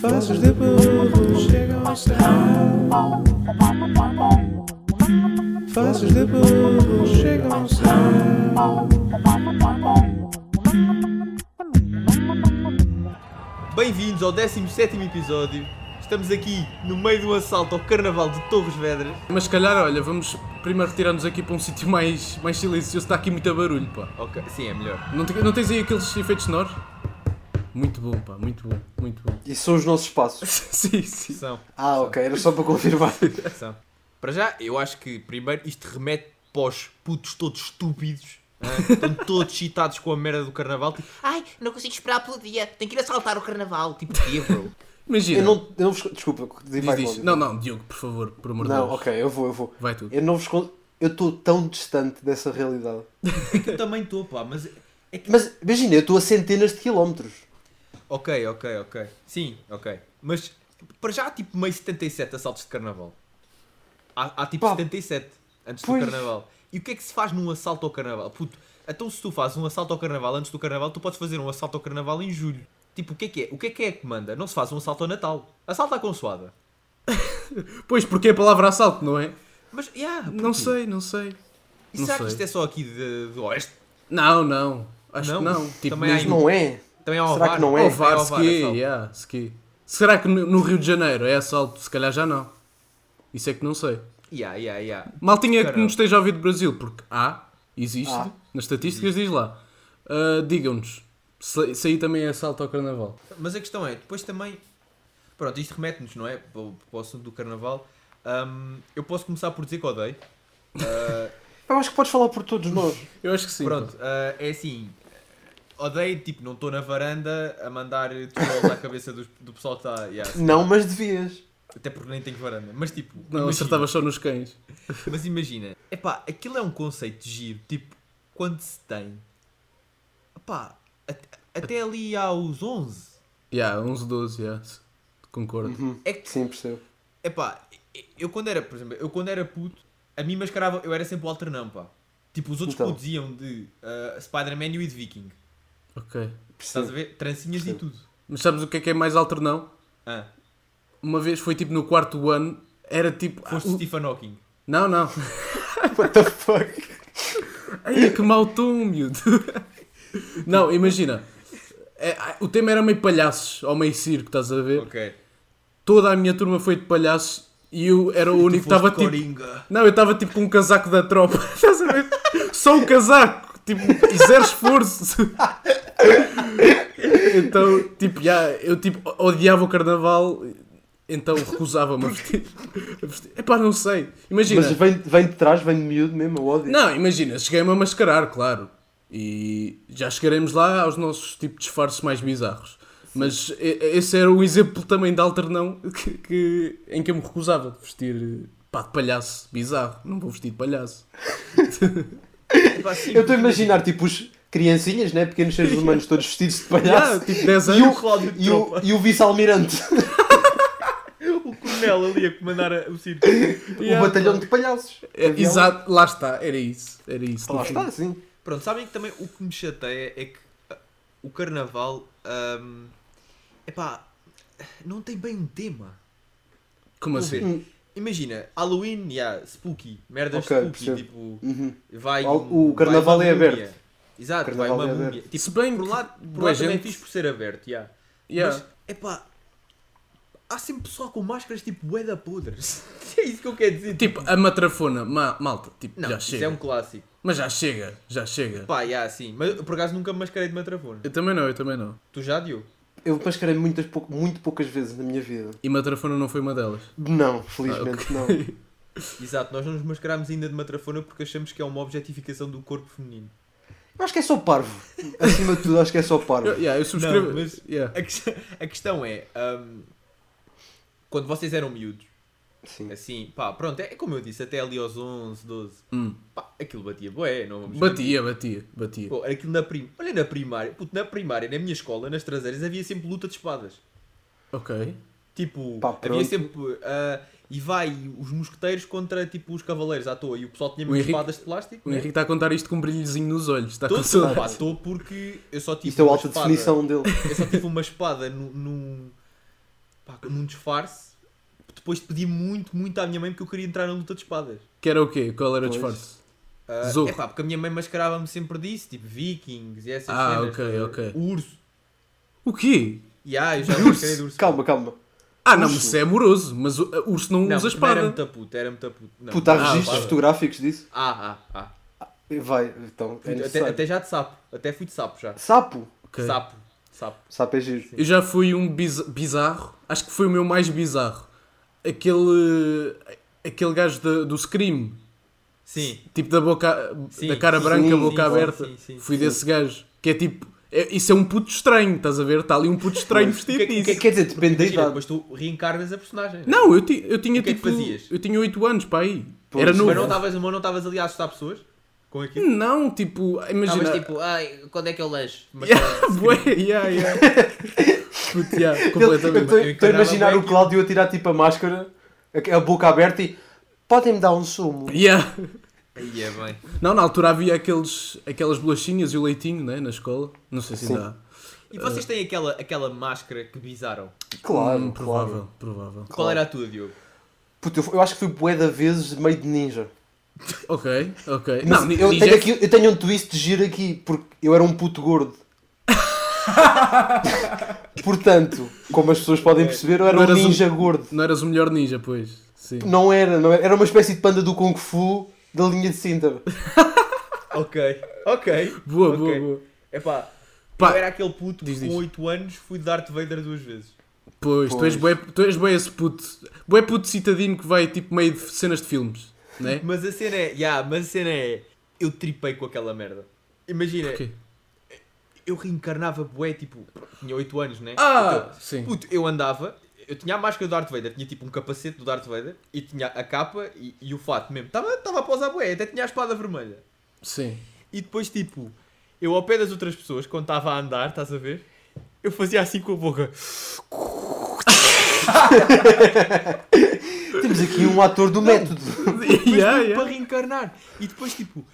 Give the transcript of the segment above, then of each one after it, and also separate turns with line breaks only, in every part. passos de burro chegam ao céu. Passos de burro chegam ao céu.
Bem-vindos ao 17 episódio. Estamos aqui no meio de um assalto ao Carnaval de Torres Vedras.
Mas se calhar, olha, vamos primeiro retirar-nos aqui para um sítio mais, mais silencioso, está aqui muito barulho, pá.
Ok, sim, é melhor.
Não, te- não tens aí aqueles efeitos sonoros? Muito bom, pá, muito bom, muito bom.
E são os nossos passos.
sim, sim.
São,
Ah, ok, era só para confirmar.
são. Para já, eu acho que primeiro isto remete para os putos todos estúpidos. hã? Estão todos excitados com a merda do Carnaval. Tipo,
Ai, não consigo esperar pelo dia. Tenho que ir assaltar o carnaval. Tipo,
tipo quê, bro?
Imagina.
Eu não, eu não vos. Desculpa, diz,
Diz,
vai,
diz.
Cláudio.
Não, não, Diogo, por favor, por amor de
Não,
Deus.
ok, eu vou, eu vou.
Vai tu.
Eu não vos. con- Eu estou tão distante dessa realidade.
Eu também estou, pá, mas.
Mas imagina, eu estou a centenas de quilómetros.
Ok, ok, ok. Sim, ok. Mas para já há tipo meio 77 assaltos de Carnaval. Há, há tipo
Pá.
77 antes
Pois.
do Carnaval. E o que é que se faz num assalto ao Carnaval? Puto, então se tu fazes um assalto ao Carnaval antes do Carnaval, tu podes fazer um assalto ao Carnaval em julho. Tipo, o que é que é? O que é que é que manda? Não se faz um assalto ao Natal. Assalto à consoada.
Pois, porque é a palavra assalto, não é?
Mas, yeah,
Não
porquê?
sei, não sei.
E
não
será
sei.
que isto é só aqui de- do Oeste?
Não, não. Acho
Não?
que não. Tipo,
Também há um-
mesmo
Não é?
Também há
Será
Ovar.
que não é?
Também há
Ovar,
Ovar,
ski,
assalto.
yeah, ski. Será que no, no Rio de Janeiro é assalto? Se calhar já não. Isso é que não sei.
Yeah, yeah, yeah.
Maltinha que
Caramba.
nos esteja a ouvir do Brasil, porque há, existe,
Ah,
Há.
nas estatísticas diz lá. Ah, Digam-nos, se, se aí também é assalto ao carnaval.
Mas a questão é, depois também. Pronto, isto remete-nos, não é? Para o, para o assunto do carnaval. Ahm, eu posso começar por dizer que odeio. Ah,
Eu acho que podes falar por todos nós.
Eu acho que sim.
pronto, ah, é assim. Odeio, tipo, não estou na varanda a mandar tirolos à cabeça dos- do, pessoal que está. yeah.
Não, mas devias.
Até porque nem tenho varanda. Mas tipo.
Não,
imagina.
acertava só nos cães.
Mas imagina, epá, aquilo é um conceito giro, tipo, quando se tem. Epá, at- até ali aos 11.
Yeah, 11, 12, yeah. Concordo.
É que
Sim, percebo.
Epá, eu quando era, por exemplo, eu quando era puto, a mim mascarava, eu era sempre o alternão, pá. Tipo, os outros
Então.
putos iam de ah, Spider-Man e o de Viking.
Ok.
Estás a
Percebo.
ver? Trancinhas e
Sim.
tudo.
Mas sabes o que é que é mais alternão?
Ah,
Uma vez foi tipo no quarto ano, era tipo. ah,
foste
o-
Stephen Hawking.
Não, não.
What the fuck?
Ai, que mau tom, miúdo. Não, imagina. É, ah, o tema era meio palhaços, ou meio circo, estás a ver?
Ok.
Toda a minha turma foi de palhaços e eu era o único que
foste
estava tipo.
Coringa.
Não, eu estava tipo com um casaco da tropa, estás a ver? Só um casaco, tipo, zero esforço. Então, tipo, já, eu tipo, odiava o carnaval, então recusava-me a vestir. a vestir. Epá, não sei. Imagina.
Mas vem, vem de trás, vem de miúdo mesmo, eu ódio.
Não, imagina, cheguei-me a mascarar, claro. E já chegaremos lá aos nossos tipo disfarces mais bizarros. Mas e- esse era um exemplo também de alternão que, que- em que eu me recusava de vestir eh, pá, de palhaço bizarro. Não vou vestir de palhaço.
Epá, sim,
Eu estou a imaginar, tipo, os criancinhas, né? Pequenos seres humanos todos vestidos de palhaço.
Yeah, tipo 10
E o,
anos.
Cláudio de
e o-
tropa.
e o vice-almirante.
O coronel ali a comandar a- o circo.
o batalhão de palhaços.
É,
um-
Havia
Exato, lá está, era isso. Era isso.
um- Lá está, sim.
Pronto, sabem que também o que me chateia é que ah, o carnaval. ahm, epá, não tem bem um tema.
Como
Vou
assim?
ver. Imagina, Halloween, yeah, spooky, merdas
Ok,
spooky,
percebo.
tipo,
Uhum.
vai
O-
um-
o carnaval
vai
é
uma múmia.
aberto.
Exato,
Carnaval
vai
é
uma múmia.
aberto.
Tipo,
Se bem
por
que
lá, por
boa
lá também é
gente-
fixe por ser aberto, yeah.
Yeah.
mas, epá, há sempre pessoal com máscaras tipo bué da podres. é isso que eu quero dizer.
Tipo, a matrafona, ma- malta, tipo,
não,
já
isso
chega.
é um clássico.
Mas já chega, já chega.
Pá, yeah, sim, mas eu, por acaso nunca me mascarei de matrafona.
Eu também não, eu também não.
Tu já, Diogo?
Eu mascarei muitas, pou- muito poucas vezes na minha vida.
E matrafona não foi uma delas.
Não, felizmente
Ah,
não.
Exato, nós não nos mascarámos ainda de matrafona porque achamos que é uma objetificação do corpo feminino.
Eu acho que é só parvo. Acima de tudo, acho que é só parvo.
Eu, yeah, eu subscrevo.
mas-
yeah.
A, questão- a questão é, ahm, quando vocês eram miúdos,
Sim.
Assim, pá, pronto, é como eu disse, até ali aos 11, 12.
Hum.
Pá, aquilo batia bué, não vamos
Batia, batia, batia.
Pô, aquilo na prim... Olha, na primária, puto, na primária, na minha escola, nas traseiras, havia sempre luta de espadas.
Ok.
Tipo,
Pá,
havia
pronto.
sempre... ah, e vai os mosqueteiros contra, tipo, os cavaleiros à toa. E o pessoal tinha
O
mesmo
Henrique-
espadas de plástico.
O
né?
Henrique está a contar isto com um brilhozinho nos olhos. Está
Tô,
com saudade.
pá, tô porque eu só tive
Isto é o
uma
alta
espada-
definição dele.
Eu só tive uma espada no- num... pá, num disfarce, depois de pedir muito, muito à minha mãe porque eu queria entrar na luta de espadas.
Que era o quê? Qual era o
Pois.
disfarce?
Ah,
Zorro.
é pá, porque a minha mãe mascarava-me sempre disso, tipo vikings e essas
Ah,
cenas. eh,
ok, ok.
Urso.
O quê?
E ah, eu já me mascarei de urso.
Calma, calma.
Ah, não, mas
Urso.
isso é amoroso, mas o o urso não,
Não,
usa
não era
espada.
muito puto, era muito puto. Não.
Puta, há
Ah,
registros
claro.
fotográficos disso?
Ah, ah, ah.
Vai, então. É
até,
necessário.
até já de sapo. Até fui de sapo já.
Sapo?
Ok.
Sapo. Sapo.
Sapo é giro.
Eu já fui um biz- bizarro, acho que foi o meu mais bizarro. Aquele. uh, aquele gajo da- do Scream,
Sim.
tipo da boca.
Sim,
da cara
sim,
branca,
sim,
boca
sim,
aberta.
sim, sim,
fui desse gajo, que é tipo. é- isso é um puto estranho, estás a ver? Está ali um puto estranho vestido
que- o que é
disso.
Quer quer dizer, depende da
Imagina,
idade.
depois tu reencarnas a personagem. né?
Não, eu, ti- eu tinha
O que é que
tipo.
fazias?
Eu tinha 8 anos para aí.
Pois,
Era
mas
novo.
Mas não estavas mas não estavas ali a assustar pessoas? Com aquilo?
Não, tipo, imagina.
Estavas tipo, ai, quando é que é o lanche? Mas
Yeah, bué, yeah, yeah. Puto, yeah, completamente.
eu
Estou a
encarava
imaginar
bem
o Cláudio a tirar tipo a máscara, a a boca aberta e. Podem-me dar um sumo?
Yeah.
Aí é bem.
Não, na altura havia aqueles, aquelas bolachinhas e o leitinho, né, na escola. Não sei se
Sim.
ainda há.
E vocês têm aquela, aquela máscara que bizaram?
Claro,
Hum,
provável.
provável, provável.
Qual era a tua, Diogo?
Puta, eu- eu acho que fui bué da vezes meio de ninja.
Ok, ok.
Mas
não, ni-
eu,
ninja
tenho
é-
aqui, eu tenho um twist de giro aqui, porque eu era um puto gordo. Portanto, como as pessoas podem perceber, eu era
Não
um
eras um-
ninja gordo.
Não eras o melhor ninja, pois. Sim.
Não era, não era. Era uma espécie de panda do Kung Fu da linha de Sintra.
Ok, ok.
Boa, boa,
Ok.
boa.
Epá,
Pá,
eu era aquele puto
diz,
que
diz.
com 8 anos fui de Darth Vader duas vezes.
Pois, tu és, bué, tu és bué esse puto. Bué puto citadino que vai tipo meio de cenas de filmes, né?
Mas a cena é, ya, mas a cena é, eu tripei com aquela merda. Imagina,
Porquê?
eu reencarnava bué, tipo, tinha 8 anos, né?
Ah,
Então,
sim.
Puto, eu andava, eu tinha a máscara do Darth Vader, tinha tipo um capacete do Darth Vader e tinha a capa e, e o fato mesmo. Estava a pausar bué, até tinha a espada vermelha.
Sim.
E depois, tipo, eu ao pé das outras pessoas, quando estava a andar, estás a ver? Eu fazia assim com a boca.
Temos aqui um ator do método.
Mas
Yeah,
mesmo
yeah.
tipo, para reencarnar. E depois, tipo,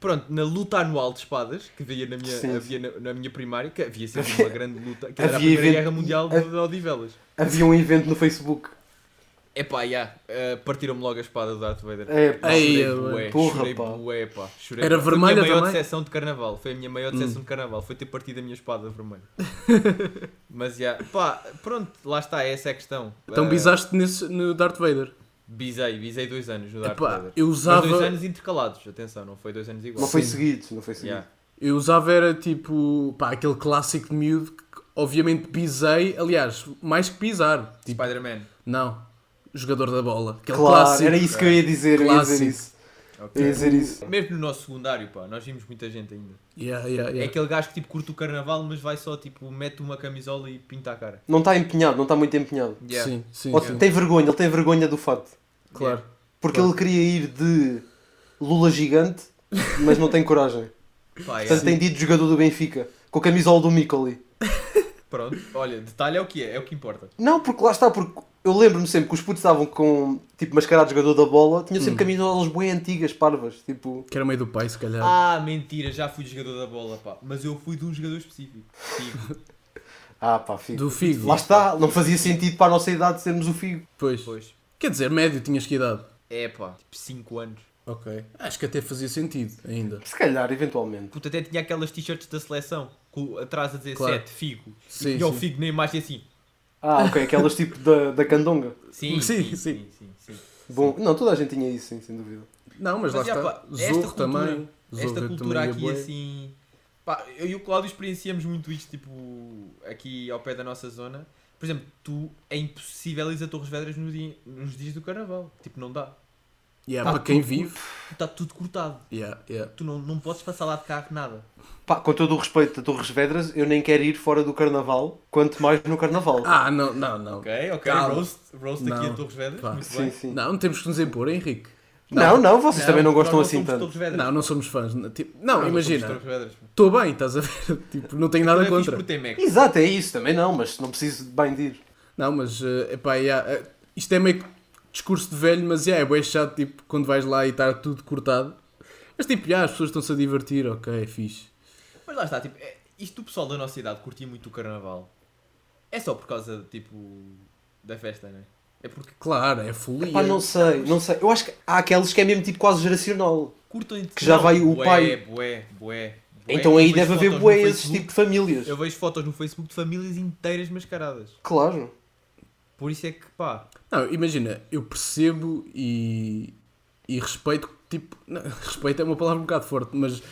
pronto, na luta anual de espadas, que havia na minha,
Sim, sim.
havia na, na minha primária, que havia sempre uma grande luta, que era a
Havia
Primeira
evento- é.
Guerra Mundial de, de Odivelas.
Havia um evento no Facebook.
Epá, já, eh, partiram-me logo a espada do Darth Vader.
É, pá.
Ei,
chorei
é,
bué,
porra,
chorei
pá.
bué, pá. Chorei
Era
bué.
vermelha
Foi a minha maior
também?
decepção de carnaval. Foi a minha maior
Hum.
decepção de carnaval. Foi ter partido a minha espada vermelha. Mas, já, pá, pronto, lá está, essa é a questão.
Então
Eh,
bizaste nesse, no Darth Vader.
Bisei, bisei dois anos no Darth
Epá,
Vader.
eu usava-
Mas dois anos intercalados, atenção, não foi dois anos iguais.
Não foi
Sim.
seguido, não foi seguido.
Yeah.
Eu usava era tipo, pá, aquele clássico de miúdo que obviamente pisei, aliás, mais que pisar. Tipo,
Spider-Man.
não, jogador da bola. Aquele
Claro,
clássico. é.
era isso que eu ia dizer, eu ia dizer
Clássico.
isso. Eu ia dizer isso.
Mesmo no nosso secundário, pá, nós vimos muita gente ainda.
Yeah, yeah,
É
yeah.
aquele gajo que tipo curte o carnaval, mas vai só tipo, mete uma camisola e pinta a cara.
Não está empenhado, não está muito empenhado.
Yeah.
Sim, sim,
Ou
sim,
Tem vergonha, ele tem vergonha do fato.
claro.
Porque ele queria ir de Lula gigante, mas não tem coragem.
Pá, é.
Portanto, tem dito jogador do Benfica, com a camisola do Micoli.
assim, Pronto, olha, detalhe é o que é, é o que importa.
Não, porque lá está, porque eu lembro-me sempre que os putos estavam com, tipo, mascarado de jogador da bola, tinham sempre camisolas bem antigas, parvas, tipo...
Que era meio do pai, se calhar.
Ah, mentira, já fui jogador da bola, pá. Mas eu fui de um jogador específico. Tipo, Sim,
Ah pá, figo.
do Figo.
Lá está, não fazia sentido para a nossa idade sermos o Figo.
Pois.
depois.
Quer dizer, médio tinhas que idade.
É pá, tipo 5 anos.
Ok. Acho que até fazia sentido ainda.
Se calhar, eventualmente.
Puta, até tinha aquelas t-shirts da seleção, com, atrás a dizer
Claro.
7, Figo.
Sim,
e tinha o
sim.
Figo na imagem assim.
Ah, ok, aquelas tipo da, da candonga.
Sim,
Sim,
sim,
sim.
sim. sim, sim.
Bom, não, toda a gente tinha isso, sim, sem dúvida.
Não, mas,
Mas,
lá
já,
está.
pá, esta
Zorro
cultura-
também. Zorro
Esta
também
cultura
ia
aqui
bué.
assim. Pá, eu e o Cláudio experienciamos muito isto, tipo, aqui ao pé da nossa zona. Por exemplo, tu é impossível ir a Torres Vedras no dia- nos dias do carnaval. Tipo, não dá.
Yeah,
Tá
Ah,
para quem vive.
Está tudo cortado.
Yeah, yeah.
Tu não, não podes passar lá de carro nada.
Pá, com todo o respeito a Torres Vedras, eu nem quero ir fora do carnaval, quanto mais no carnaval.
Ah, não, não, não.
Ok, ok.
Calma.
Roast, roast aqui
Não.
a Torres Vedras.
Pá,
Muito
sim,
bem.
sim. Não,
Não, temos que nos impor, Henrique.
não, vocês também não
nós
gostam assim
somos
tanto.
Torres Vedras.
Não, não somos fãs. não, tipo- não,
somos
imagina.
Torres Vedras.
Estou bem, estás a ver? Tipo, não
Aquilo é
tenho nada
fixe
contra.
por ter Mac.
Exato, é isso, também não, mas não preciso bem de ir.
Não, mas eh, epá, yeah, eh, isto é meio que discurso de velho, mas yeah, é bem chato tipo, quando vais lá e está tudo cortado. Mas tipo, yeah, as pessoas estão-se a divertir, ok, é fixe.
Mas lá está, tipo, é- isto o pessoal da nossa idade curtia muito o carnaval. É só por causa, tipo, da festa, não é? É porque
Claro, é folia.
Pá, não sei, não sei. Eu acho que há aqueles que é mesmo tipo quase geracional.
curtam
Que já vai o pai.
Bué, bué, bué.
então
Eu
aí
vejo
deve haver
fotos no
bué esses
Facebook.
tipo de famílias.
Eu vejo fotos no Facebook de famílias inteiras mascaradas.
Claro.
Por isso é que, pá,
Não, imagina, eu percebo e, e respeito, tipo, não, respeito é uma palavra um bocado forte, mas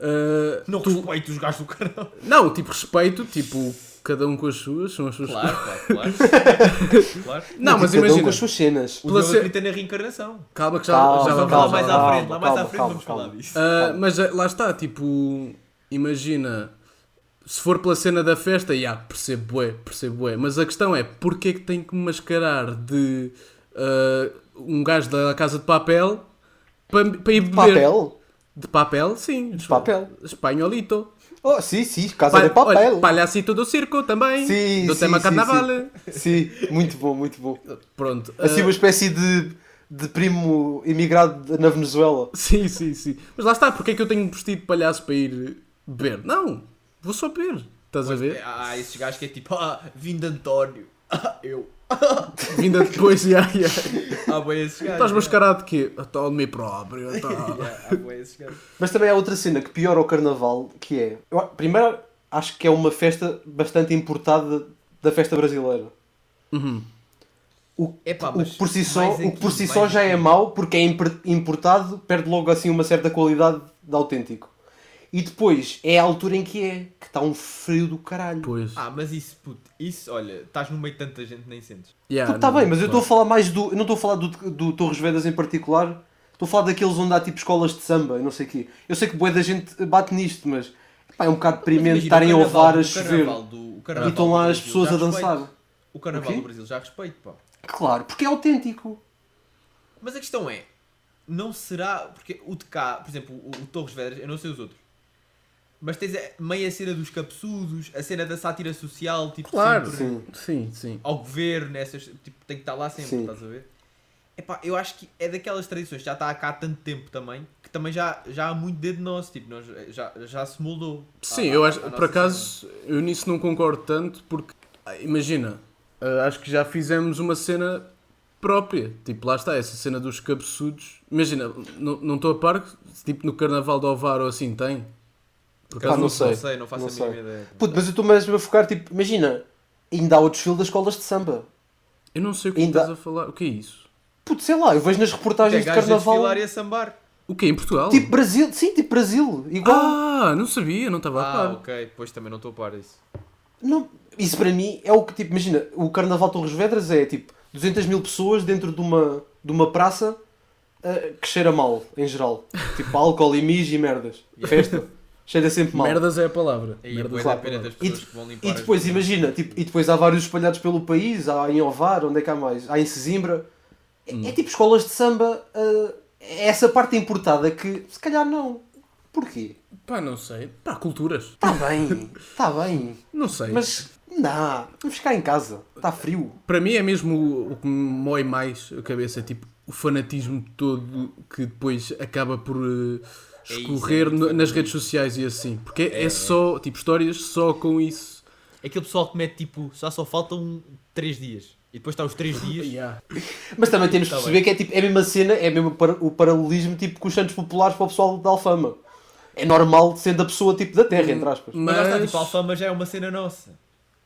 ah,
não
tu-
respeito os gajos do canal.
não, tipo, respeito, tipo, cada um com as suas, são as suas
Claro, claro, claro. claro.
Não, mas
Tipo, cada um
imagina,
com as suas cenas.
O
Pela
Diogo
ser-
acredita na reencarnação.
calma que já,
Calma,
já
vamos
vamos
lá mais
já
à
vamos.
frente, lá mais à
calma,
frente
calma,
vamos
calma.
falar disso.
Ah, mas ah, lá está, tipo, imagina, se for pela cena da festa, já, percebo bué, percebo bué, mas a questão é, porque é que tem que me mascarar de ah, um gajo da Casa de Papel para, para ir beber?
Papel?
De papel, sim. De
papel.
Espanholito.
Oh, sim, sim, casa de
Pa-
papel.
olha, palhacito do circo também.
Sim,
do
sim,
tema
sim,
carnaval.
Sim, muito bom, muito bom.
Pronto. ah,
Assim, uma espécie de, de primo imigrado na Venezuela.
Sim, sim, sim. Mas lá está, porque é que eu tenho vestido de palhaço para ir beber? Não, vou só beber. Estás a ver?
Ah, há esses gajos que é tipo, ah, vim de António. Ah, eu.
Vinda depois, já, já. Estás
Há bem esses gajos.
mascarado de quê? Ah, Tal de mim próprio. tal.
Yeah, há ah, bué esses gajos.
Mas também há outra cena que piora o carnaval, que é. eu a- primeiro, acho que é uma festa bastante importada da festa brasileira. O,
Epá,
o
Ah, mas
que por si só,
mais
o que por
aqui,
si só
mais
já é
aqui.
mau, porque é impre- importado, perde logo assim uma certa qualidade de autêntico. E depois é a altura em que é, que está um frio do caralho.
Pois.
Ah, mas isso, puto, isso, olha, estás no meio de tanta gente, nem sentes.
já,
Está
Ah, não,
Então, tá
é.
bem, mas eu
claro.
estou a falar mais do. Eu não estou a falar do, do Torres Vedas em particular. Estou a falar daqueles onde há tipo escolas de samba e não sei o quê. Eu sei que boa da gente bate nisto, mas pá, é um bocado deprimente
Mas imagina,
estarem a
o carnaval-
ovar a
o
chover
carnaval do- o
e
carnaval
estão lá
do
as
Brasil
pessoas a
já respeito.
dançar.
O carnaval
O quê?
do Brasil já respeito, pá.
Claro, porque é autêntico.
Mas a questão é, não será. Porque o de cá, por exemplo, o, o Torres Vedras, eu não sei os outros. Mas tens a, meio a cena dos capsudos, a cena da sátira social, tipo,
Claro,
sempre Ah,
sim, sim. sim.
ao governo, essas, tipo, tem que estar lá sempre,
Sim.
estás a ver? Epá, eu acho que é daquelas tradições, já está cá há tanto tempo também, que também já, já há muito dedo nosso, tipo, nós, já, já se moldou.
Sim,
à-
eu
à-
acho,
à nossa
por acaso, eu nisso não concordo tanto, porque, ah, imagina, ah, acho que já fizemos uma cena própria, tipo, lá está, essa cena dos cabeçudos, imagina, não não estou a par, tipo, no Carnaval de Ovar ou assim, tem? Por
cena.
acaso,
Pá, não
não
sei.
Não sei, não faço
Não
a
sei.
mínima ideia.
Puto, mas eu estou mesmo a focar, tipo, imagina, ainda há o desfile das escolas de samba.
eu não sei o que
Ainda-
estás a falar, o que é isso?
Puto, sei lá, eu vejo nas
Tem
reportagens de
gajos a
carnaval.
desfilar e a sambar.
O que em Portugal?
Tipo Brasil, sim, tipo Brasil, igual.
Ah, não sabia, não estava a
Ah,
par.
ok, pois também não estou a par disso.
Não, isso para mim é o que tipo, imagina, o Carnaval de Torres Vedras é tipo 200 mil pessoas dentro de uma, de uma praça ah, que cheira mal, em geral. Tipo álcool e mijo e merdas. Festa. Cheira sempre mal.
Merdas é a palavra.
E
Merdas
depois
é a
a pena
palavra.
das
E,
pessoas
de-
que vão limpar
e
as
depois,
janelas.
imagina, tipo, e depois há vários espalhados pelo país, há em Ovar, onde é que há mais? Há em Sesimbra. É,
Hum.
é tipo escolas de samba, ah, é essa parte importada que se calhar não. Porquê?
Pá, não sei, pá, culturas,
Tá
Está bem, está bem.
não sei.
Mas, não, vamos ficar em casa, está frio.
Para mim é mesmo o, o que me moe mais a cabeça, é tipo o fanatismo todo que depois acaba por eh,
É isso,
escorrer
é muito
no- nas
fanatismo.
redes sociais e assim, porque é, é só, tipo, histórias só com isso.
Aquele pessoal que mete tipo, já só faltam 3 dias. E depois está os 3 dias.
Mas também temos que
Tá
perceber que é, tipo, é a mesma cena, é mesmo para- o paralelismo tipo, com os Santos Populares para o pessoal da Alfama. É normal sendo a pessoa tipo da terra, entre aspas.
Mas lá está,
Mas,
tipo, a Alfama já é uma cena nossa.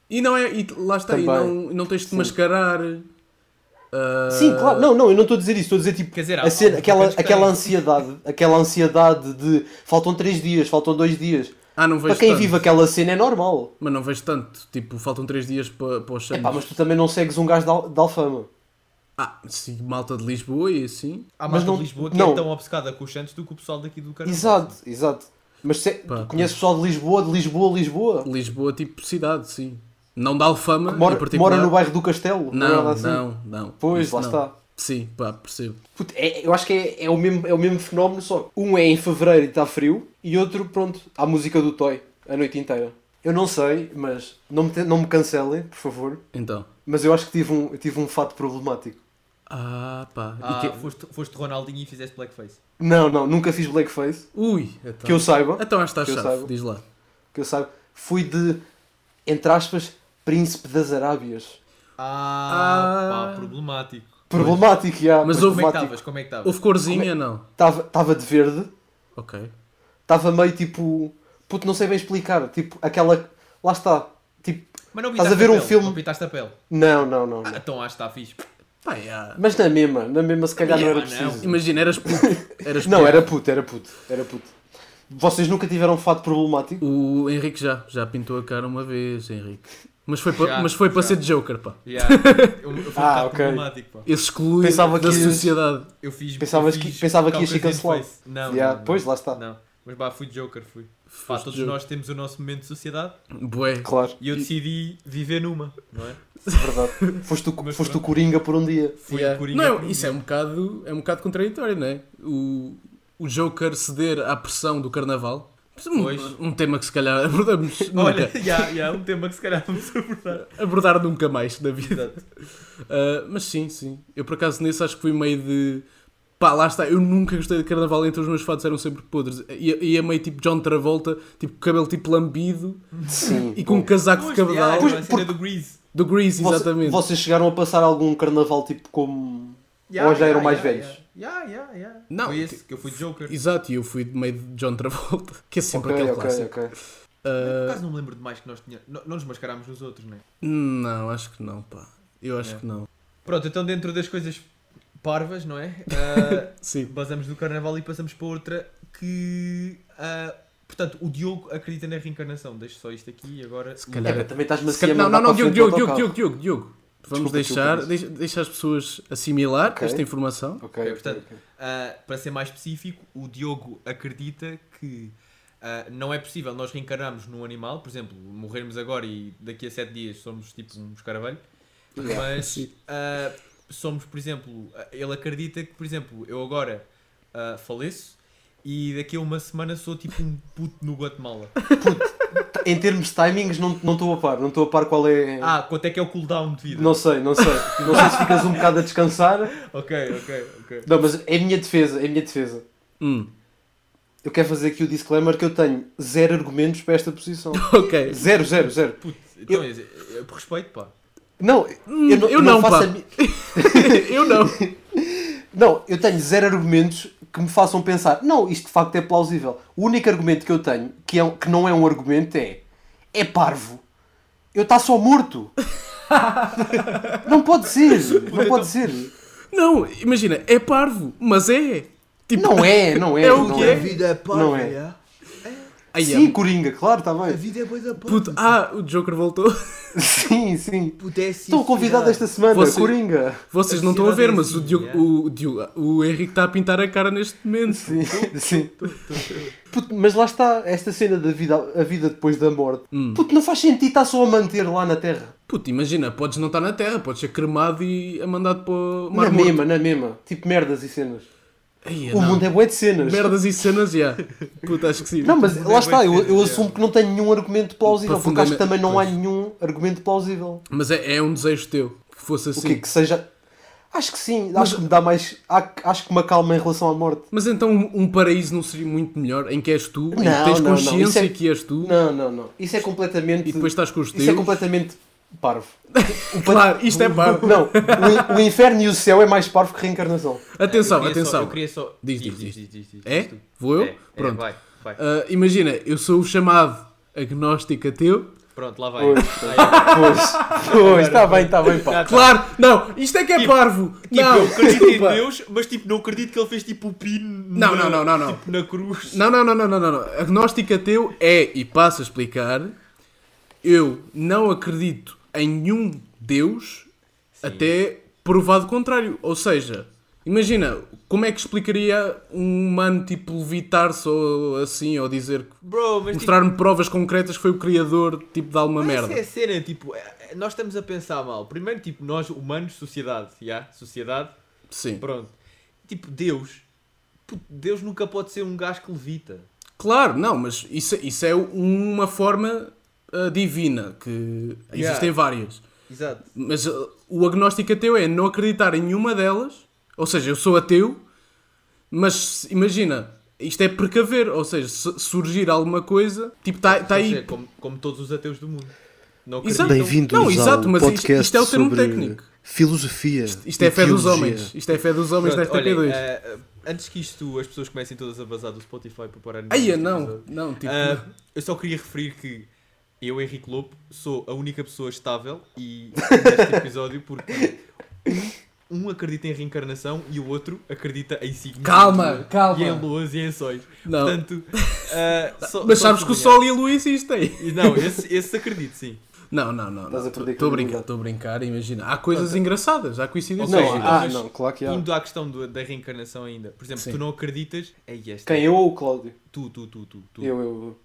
e não é, e lá está, e
Também.
não, não tens de te mascarar. ah,
Sim, claro, não, não, eu não estou a dizer isso, estou a dizer tipo
Quer dizer, há-
a cena,
há
aquela,
poucas que
aquela
querem.
ansiedade, aquela ansiedade de faltam 3 dias, faltam 2 dias.
Ah, não vejo
para quem
tanto,
vive aquela cena é normal.
mas não vejo tanto, tipo, faltam 3 dias para, para os
Epá,
Santos.
mas tu também não segues um gajo da, Al- da Alfama.
Ah, sim, malta de Lisboa e assim.
Há
Ah, Mas
mais de
não-
Lisboa que
não.
é tão obcecada com os Santos do que o pessoal daqui do Carnaval.
Exato, exato. Mas se,
Pá,
tu conheces pessoal de Lisboa, de Lisboa, Lisboa?
Lisboa, tipo, cidade, sim. Não da Alfama, em
Mora,
particular.
mora no bairro do Castelo? é
Não,
nada assim?
não, não.
Pois,
Isso
lá
não.
está.
Sim, pá, percebo.
Puta, é- eu acho que é, é o mesmo, é o mesmo fenómeno, só que um é em fevereiro e está frio, e outro, pronto, há música do Toy a noite inteira. Eu não sei, mas não me, te- não me cancelem, por favor.
Então.
Mas eu acho que tive um, eu tive um fato problemático.
Ah, pá.
Ah,
é-
E que-
foste, foste Ronaldinho e fizeste blackface.
Não, não, nunca fiz blackface.
Ui, então.
Que eu saiba,
Então acho que
que eu
está chave,
saiba.
diz lá.
que eu saiba, fui de, entre aspas, príncipe das Arábias.
Ah,
Ah.
pá, problemático.
Problemático, já.
Como é
Mas
Mas
que
problemático.
estavas? Como é que estavas?
Houve corzinha? Não.
Estava de verde,
Ok.
estava meio tipo. Puto, não sei bem explicar. Tipo, aquela. Lá está. Tipo,
Mas não
Estás
pintaste
a ver um
pele,
filme-
Não pintaste a pele.
não, não, não.
Ah,
não.
então acho que está fixe.
Pá, yeah.
Mas na mesma, na mesma se calhar não era
Yeah,
preciso.
Imagina, eras puto. Eras
Não,
puto.
era puto, era puto, era puto. Vocês nunca tiveram um fato problemático?
O Henrique já, já pintou a cara uma vez, Henrique. Mas foi, pa-
Já,
mas foi para
já.
ser de Joker, pá.
Yeah. Eu, eu fui um
Ah,
bocado
ok.
problemático, pá.
Esse exclui
Pensava
da
que-
sociedade.
Eu fiz.
Pensavas
eu
que-
fiz
pensava que ias ser
Caucasian
cancelado.
Face. Não,
Yeah,
não, não.
pois, lá está.
Não. Mas bah, fui de Joker, fui. Pá,
Foste
todos
Joker.
nós temos o nosso momento de sociedade
Bué.
Claro,
e eu decidi viver numa, não é?
é verdade. Foste o,
Mas
foste o
pronto.
Coringa por um dia.
Fui
Yeah.
Coringa
Não,
por
é-
um
isso
dia.
é um bocado, é um bocado contraditório, não é? O, o Joker ceder à pressão do carnaval.
Pois.
Um, um tema que se calhar abordamos nunca.
Olha, já, já, um tema que se calhar vamos abordar.
Abordar nunca mais na vida.
Exato.
Ah, mas sim, sim. Eu por acaso nesse acho que fui meio de. Pá, lá está, eu nunca gostei de carnaval, então os meus fatos eram sempre podres. Ia, ia meio tipo John Travolta, tipo com o cabelo tipo lambido
Sim.
e com um casaco de
Pois, já,
cabedal
era a
é Pois,
cena do Grease.
do Grease,
Voce-
exatamente.
Vocês chegaram a passar algum carnaval tipo como.
Já,
Ou já eram mais
já,
velhos? tipo,
Já, já, já.
Não,
Foi esse que eu fui de Joker.
Exato, e eu fui de meio de John Travolta, que é sempre
Ok,
aquele
ok,
clássico.
ok. eh,
Por
Ah,
acaso não me lembro de mais que nós tínhamos. Não, não nos mascarámos nos outros, não é?
não, acho que não, pá. Eu acho
É.
que não.
Pronto, então dentro das coisas parvas, não é? Ah,
Sim.
basamos do carnaval e passamos para outra que. ah, portanto, o Diogo acredita na reencarnação. Deixo só isto aqui e agora.
Se
É,
calhar.
pá, também estás-me
Se
assim a
calhar- Não,
mandar
não, não,
para a
Diogo, Diogo,
frente do
Diogo,
autocarro.
Diogo, Diogo, Diogo. Vamos
Desculpa,
deixar,
desculpa,
deixa, deixa as pessoas assimilar
Ok.
esta informação.
Ok,
Ok,
ok,
portanto,
ok.
ah, para ser mais específico, o Diogo acredita que ah, não é possível nós reencarnarmos num animal, por exemplo, morrermos agora e daqui a 7 dias somos tipo um escaravelho,
Yeah.
mas
Sim.
ah, somos, por exemplo, ah, ele acredita que, por exemplo, eu agora ah, faleço e daqui a uma semana sou tipo um puto no Guatemala.
Em termos de timings, não não estou a par. Não estou a par qual é.
Ah, quanto é que é o cooldown de vida?
Não sei, não sei. Não sei se ficas um bocado a descansar.
Ok, ok, ok.
Não, mas é a minha defesa, é a minha defesa.
Hum.
Eu quero fazer aqui o disclaimer que eu tenho zero argumentos para esta posição.
Ok.
Zero, zero, zero.
Puto, então, eu...
eh,
Eu, por respeito, pá.
Não, eu,
Hum,
não,
eu não,
faço
pá.
a mi-
eu não.
Não, eu tenho zero argumentos que me façam pensar, não, isto de facto é plausível. O único argumento que eu tenho, que, é, um- que não é um argumento, é é parvo. Eu está só morto. não pode ser, não pode ser.
Não, imagina, é parvo, mas é. Tipo,
Não é, não é.
É o
não
que
é.
é.
é
parva, Não é.
Ai,
Sim,
é,
Coringa, claro, está bem.
vida é coisa
puto, ah, o Joker voltou.
Sim, sim.
pudesse
Estou convidado esta semana,
Você-
Coringa.
Vocês
A
não estão a ver,
cidade é
mas o,
assim,
Diogo,
yeah.
o, Diogo- o Henrique está a pintar a cara neste momento.
Sim, sim. Puto, mas lá está, esta cena da vida, a vida depois da morte. Puto, não faz sentido, está só a manter lá na Terra.
Puto, imagina, podes não estar na Terra, podes ser cremado e a mandado para o
Na
Mar
mesma, na mesma. Tipo merdas e cenas.
Ai,
o
não.
mundo é bué de cenas.
Merdas e cenas, já. Puto, acho que sim.
Não, mas
mundo é
lá está,
bué de
eu, eu
cenas,
assumo que não tenho nenhum argumento plausível,
Para
porque acho que
fundamento-
também não há
pois.
nenhum argumento plausível.
Mas é, é um desejo teu que fosse
O
assim.
quê? Que seja. Acho que sim, acho que me dá mais. a- Acho que me acalma em relação à morte.
Mas então um um paraíso não seria muito melhor em que és tu, em que
Não,
tens
não, não, isso
consciência
é-
que és tu
Não, não, não. Isso é completamente.
e depois estás com os teus.
Isso é completamente parvo.
Claro, isto é parvo.
Não, o, in- o inferno e o céu é mais parvo que reencarnação.
Atenção,
eu queria
atenção.
Só, eu queria só.
Diz, diz,
diz, diz,
É?
diz tu.
Vou eu?
É, é,
Pronto.
vai, vai.
Ah, imagina, eu sou o chamado agnóstico ateu.
Pronto, lá vai.
Pois,
Vai.
Pois, pois, está bem, está bem, pá.
Claro, não, isto é que é parvo.
Ah, tá. Tipo,
não,
eu acredito em
desculpa.
Deus, mas tipo, não acredito que ele fez tipo o pino
Não,
na,
não, não, não, não.
Tipo, na cruz.
Não, não, não, não, não, não, não. Agnóstico ateu é, e passo a explicar, eu não acredito em nenhum Deus até provado contrário. Ou seja, imagina, como é que explicaria um humano tipo levitar-se ou assim, ou dizer que.
Bro, mas tipo,
Mostrar-me provas concretas que foi o criador tipo de alguma
mas
merda.
essa é a cena, tipo, é- é- nós estamos a pensar mal. Primeiro, tipo, nós humanos, sociedade, já? Sociedade,
Sim.
pronto. Tipo, Deus. Puto, Deus nunca pode ser um gajo que levita.
Claro, não, mas isso, isso é uma forma ah, divina, que
Yeah.
existem várias.
Exato.
Mas ah, o agnóstico ateu é não acreditar em nenhuma delas, ou seja, eu sou ateu, mas se- imagina, isto é precaver, ou seja, se surgir alguma coisa, tipo, está
Quer
aí.
dizer, como, como todos os ateus do mundo. Não acredito.
Exato.
Bem-vindos
Não, exato,
ao
mas isto,
podcast
isto é o termo
sobre
técnico.
filosofia.
Isto é
e
fé dos
teologia.
homens. Isto é fé dos homens
Pronto,
desta
olhem,
P2.
eh, antes que isto, as pessoas comecem todas a vazar do Spotify para parar
Aia, não, não, tipo,
Ah, eu só queria referir que eu, Henrique Lobo, sou a única pessoa estável e neste episódio porque um acredita em reencarnação e o outro acredita em signos.
Calma,
e
calma.
E em luas e em sóis.
não.
Portanto, ah, só-
mas
só
sabes que o
sublinhar.
Sol e a Lua existem.
Não, esse, esse acredito, sim.
Não, não, não.
Estás a perder
Estou a brincar,
credibilidade.
estou a brincar, imagina. Há coisas engraçadas, há coincidências.
Não,
seja,
ah,
mas-
não, claro que há.
Indo à questão do- da reencarnação ainda. Por exemplo,
Sim.
tu não acreditas. Ei, esta.
Quem, eu ou o Cláudio?
Tu, tu, tu, tu. tu.
Eu, eu. eu.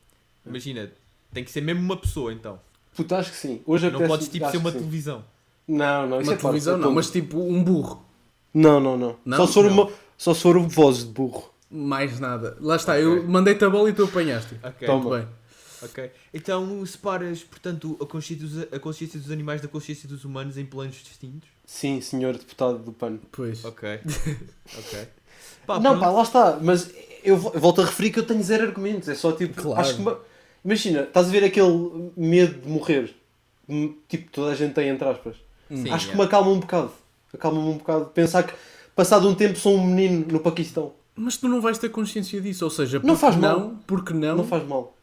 Imagina, tem que ser mesmo uma pessoa então.
Puta, acho que sim. Hoje
Não
apetece-
podes tipo
acho
ser
que
uma
sim.
televisão.
Não, não, isso
Uma
é
televisão
parvo,
não,
é
mas
tonto.
tipo um burro.
Não, não, não.
Não?
Só se for
Não.
uma... Só se for vozes de burro.
Mais nada. Lá está, eu mandei-te a bola e tu apanhaste.
Ok.
Toma.
Muito bem.
Ok. Então separas, portanto, a consciência, dos, a consciência dos animais da consciência dos humanos em planos distintos?
Sim, senhor deputado do PAN.
Pois.
Ok. ok. Pá,
não,
pronto.
pá, lá está. Mas eu vo- volto a referir que eu tenho zero argumentos. É só tipo.
Claro.
Acho que uma- Imagina, estás a ver aquele medo de morrer. Hum, Tipo, toda a gente tem, entre aspas.
Sim,
acho que
é.
me acalma um bocado. Acalma-me um bocado. Pensar que, passado um tempo, sou um menino no Paquistão.
Mas tu não vais ter consciência disso, ou seja,
Não
porque
faz mal.
não, porque não,
Não faz mal.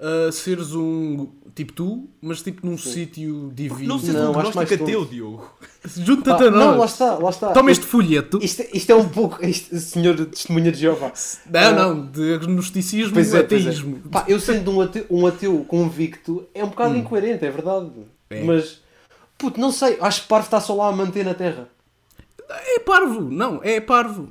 ah, seres um tipo tu, mas tipo num sítio divino.
Não sejas
Não,
um
acho mais
gnóstico ateu,
tonto.
Diogo.
Junta-te
Pá,
a
não, lá
nós.
está, lá está.
Toma
Eu-
este folheto.
Isto, isto é um pouco. Isto, senhor testemunha de Jeová.
Não, não, de agnosticismo
é- Pois
e
é, pois é.
ateísmo. Hum.
Pá, eu sendo um ateu, um ateu convicto é um bocado incoerente, é verdade.
É.
Mas, puto, não sei, acho que Parvo está só lá a manter na Terra.
É parvo, não, é parvo.